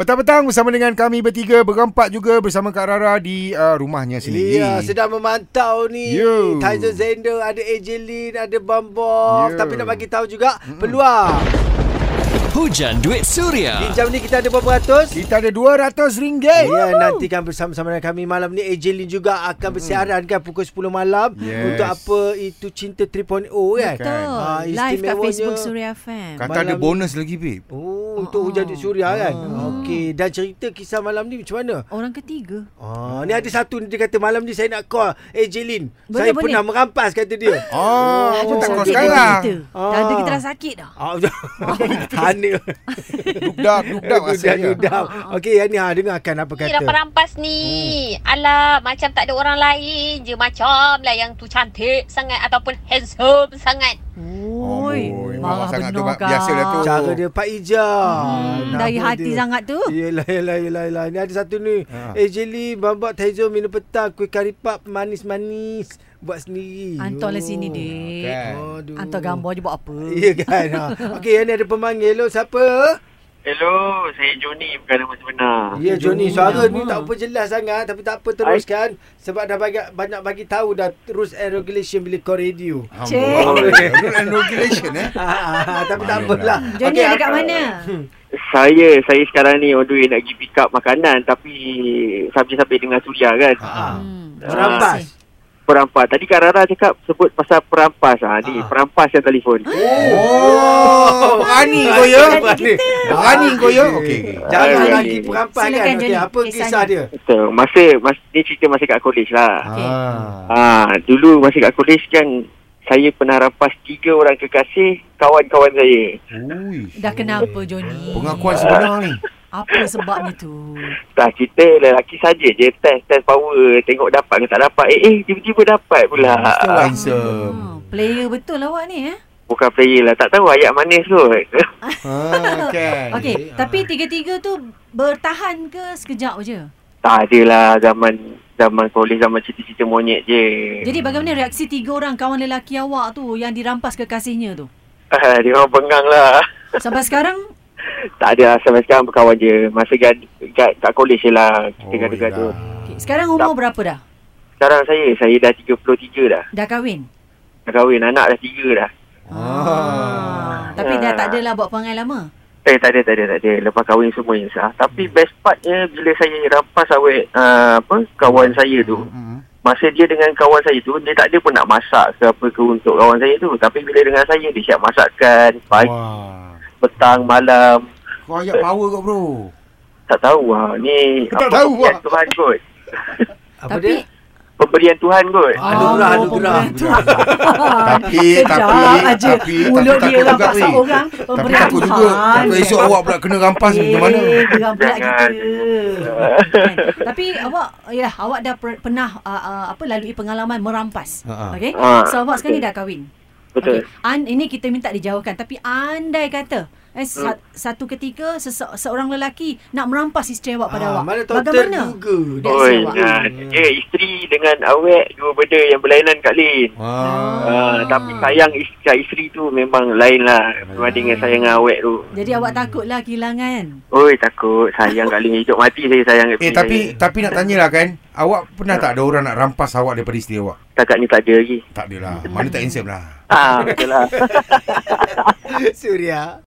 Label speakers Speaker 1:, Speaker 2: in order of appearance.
Speaker 1: Petang-petang bersama dengan kami bertiga Berempat juga bersama Kak Rara di uh, rumahnya sendiri
Speaker 2: Ya, sedang memantau ni.
Speaker 1: Yo.
Speaker 2: Tyson Zender, ada AJ Lin, ada
Speaker 1: Yo.
Speaker 2: Bambok. Tapi nak bagi tahu juga mm peluang.
Speaker 3: Hujan Duit
Speaker 1: Ah.
Speaker 3: Suria.
Speaker 2: Di jam ni kita ada berapa ratus?
Speaker 1: Kita ada RM200
Speaker 2: Ya, nantikan bersama-sama dengan kami malam ni AJ Lin juga akan bersiaran kan pukul 10 malam
Speaker 1: Yes.
Speaker 2: untuk apa itu Cinta 3.0
Speaker 1: Betul.
Speaker 2: kan.
Speaker 4: Betul.
Speaker 2: Ah,
Speaker 4: Live kat
Speaker 2: istimewanya-
Speaker 4: Facebook Suria FM.
Speaker 1: Kata
Speaker 2: Malam
Speaker 1: ada
Speaker 2: ni-
Speaker 1: bonus lagi babe
Speaker 2: Oh, untuk hujan di
Speaker 1: Ah.
Speaker 2: suria kan. Okey, dan cerita kisah malam ni macam mana?
Speaker 4: Orang ketiga.
Speaker 2: Ah, ni ada satu ni dia kata malam ni saya nak call AJ Lin. Saya
Speaker 4: Boleh, boleh.
Speaker 2: pernah merampas kata dia.
Speaker 1: Oh, apa tak kau
Speaker 4: sakit
Speaker 1: sekarang?
Speaker 4: kita.
Speaker 2: Ah.
Speaker 4: Dada kita dah sakit dah.
Speaker 2: Ah, Hana.
Speaker 1: Dudap, dudap rasanya.
Speaker 2: Dudap. Okey, Yani ha dengarkan apa
Speaker 5: Ni
Speaker 2: kata.
Speaker 5: dapat rampas ni. Hmm. Alah, macam tak ada orang lain je. Macam lah yang tu cantik sangat ataupun handsome sangat.
Speaker 4: Oi,
Speaker 1: boy. Marah
Speaker 4: marah
Speaker 1: sangat tu,
Speaker 4: benar
Speaker 1: Mak. Biasalah tu.
Speaker 2: Cara dia Pak Ija.
Speaker 4: Hmm, dari hati sangat tu.
Speaker 2: Yelah, yelah, yelah, yelah. Ni ada satu ni.
Speaker 1: Ha.
Speaker 2: Eh, jeli, bambak taizo, minum petang, kuih karipap, manis-manis. Buat sendiri.
Speaker 4: Hantar
Speaker 2: Oh.
Speaker 4: lah sini, dik.
Speaker 1: Kan?
Speaker 2: Aduh.
Speaker 4: Hantar gambar je buat apa.
Speaker 2: Ya kan. Ha. Okey, yang ni ada pemanggil. Hello, siapa?
Speaker 6: Hello, saya Joni bukan nama sebenar.
Speaker 2: Ya, Joni.
Speaker 4: Joni,
Speaker 2: Suara
Speaker 4: nama.
Speaker 2: ni tak apa jelas sangat. Tapi tak apa, teruskan. Sebab dah banyak, banyak bagi tahu dah rules and regulation bila kau radio.
Speaker 4: Cik.
Speaker 1: Alhamdulillah. Rule and regulation eh. lah.
Speaker 2: Ah, ah, ah, tapi tak
Speaker 1: Maklum
Speaker 2: apalah.
Speaker 4: Johnny
Speaker 2: Okey,
Speaker 4: ada kat mana?
Speaker 6: Saya saya sekarang ni on the way nak pergi pick up makanan tapi sampai-sampai dengan Suria kan.
Speaker 2: Ah,
Speaker 4: Hmm.
Speaker 2: Merampas.
Speaker 6: Perampas. Tadi Kak Rara cakap sebut pasal perampas. Ha, ni
Speaker 2: Ah.
Speaker 6: perampas yang telefon.
Speaker 1: Oh, berani kau ya. Berani kau ya. Okey. okey.
Speaker 2: Jangan
Speaker 6: Okey.
Speaker 2: lagi perampas kan.
Speaker 4: Silakan,
Speaker 2: Okey,
Speaker 4: Johnny.
Speaker 2: apa
Speaker 4: Kisahnya.
Speaker 2: kisah dia?
Speaker 6: So, masa, masa ni cerita masa kat kolej lah.
Speaker 4: Okey.
Speaker 1: Ah.
Speaker 6: Ah, dulu masa kat kolej kan saya pernah rampas tiga orang kekasih kawan-kawan saya.
Speaker 1: Ui.
Speaker 4: Dah kenapa, Johnny?
Speaker 1: Pengakuan sebenar ni.
Speaker 4: Apa sebabnya tu?
Speaker 6: Tak cerita lelaki saja je test test power tengok dapat ke tak dapat. Eh eh tiba-tiba dapat pula.
Speaker 1: Mr. Handsome.
Speaker 4: Ah, player betul awak ni eh.
Speaker 6: Bukan player lah. Tak tahu ayat manis kot.
Speaker 1: Ah, kan.
Speaker 4: Okey, tapi tiga-tiga tu bertahan ke sekejap je?
Speaker 6: Tak adalah zaman zaman kolej zaman cerita-cerita monyet je.
Speaker 4: Jadi bagaimana reaksi tiga orang kawan lelaki awak tu yang dirampas kekasihnya tu?
Speaker 6: Ah, dia orang bengang lah.
Speaker 4: Sampai sekarang
Speaker 6: Tak ada lah sampai sekarang berkawan je. Masa kat, kat, kat kolej je lah kita
Speaker 1: Oh,
Speaker 6: gaduh-gaduh.
Speaker 1: yelah.
Speaker 4: okay, sekarang umur berapa dah?
Speaker 6: Sekarang saya, saya dah 33 dah.
Speaker 4: Dah kahwin?
Speaker 6: Dah kahwin, anak dah 3 dah.
Speaker 1: Ah.
Speaker 4: Tapi dah tak adalah buat perangai lama.
Speaker 6: Eh tak ada, tak ada, tak ada. Lepas kahwin semua insya. Tapi best partnya bila saya rampas awet uh, apa kawan saya tu.
Speaker 1: Hmm.
Speaker 6: Masa dia dengan kawan saya tu, dia tak ada pun nak masak ke apa ke untuk kawan saya tu. Tapi bila dengan saya, dia siap masakkan. Pagi,
Speaker 1: Wah.
Speaker 6: petang, malam.
Speaker 1: Kau ayat power kau bro.
Speaker 6: Tak tahu lah. Ni
Speaker 1: Kau tak
Speaker 6: apa
Speaker 1: tahu,
Speaker 6: pemberian
Speaker 1: Wak?
Speaker 6: Tuhan kot.
Speaker 2: Apa
Speaker 4: Tapi-
Speaker 2: dia?
Speaker 6: Pemberian Tuhan kot.
Speaker 2: Ah. Anugerah,
Speaker 4: Oh,
Speaker 2: anugerah.
Speaker 4: pemberian Tuhan.
Speaker 1: Tapi,
Speaker 4: Sedap
Speaker 1: tapi,
Speaker 4: aja.
Speaker 1: tapi,
Speaker 4: Mulut
Speaker 1: tapi takut
Speaker 4: dia oh, rampas
Speaker 1: juga, weh.
Speaker 4: orang,
Speaker 1: Tapi
Speaker 4: pemberian
Speaker 1: takut juga.
Speaker 4: Tuhan.
Speaker 1: Takut esok awak pula kena rampas ni macam mana?
Speaker 4: Eh, geram pula kita.
Speaker 6: Jangan.
Speaker 4: Kan? Tapi awak yalah awak dah per, pernah uh, uh, apa lalui pengalaman merampas.
Speaker 1: Ha, ha.
Speaker 4: Okey.
Speaker 6: Ha,
Speaker 4: So awak sekarang ni
Speaker 6: betul.
Speaker 4: dah kahwin.
Speaker 6: Betul.
Speaker 4: Okey. An, ini kita minta dijauhkan tapi andai kata
Speaker 6: Hmm.
Speaker 4: eh sa- satu ketika sese- seorang lelaki nak merampas isteri awak pada
Speaker 2: Ah,
Speaker 4: awak.
Speaker 2: mana tahu
Speaker 4: Bagaimana?
Speaker 2: terduga.
Speaker 4: Dia
Speaker 6: Oi, ah,
Speaker 4: siap, Wak.
Speaker 6: nah, dia isteri dengan awet dua benda yang berlainan kat Lin.
Speaker 1: Ah.
Speaker 6: Ah, tapi sayang isteri, isteri tu memang lain lah berbanding dengan sayang dengan awet tu.
Speaker 4: Jadi awak takutlah kehilangan.
Speaker 6: Oi, takut. Sayang kat Lin. Hidup mati saya sayang kat
Speaker 1: Eh
Speaker 6: bini
Speaker 1: tapi
Speaker 6: saya.
Speaker 1: tapi nak tanyalah kan, awak pernah tak ada orang nak rampas awak daripada isteri awak?
Speaker 6: Setakat ni tak ada lagi.
Speaker 1: Tak adalah. Mana tak handsome lah.
Speaker 6: Ah, betul lah.
Speaker 2: Suria.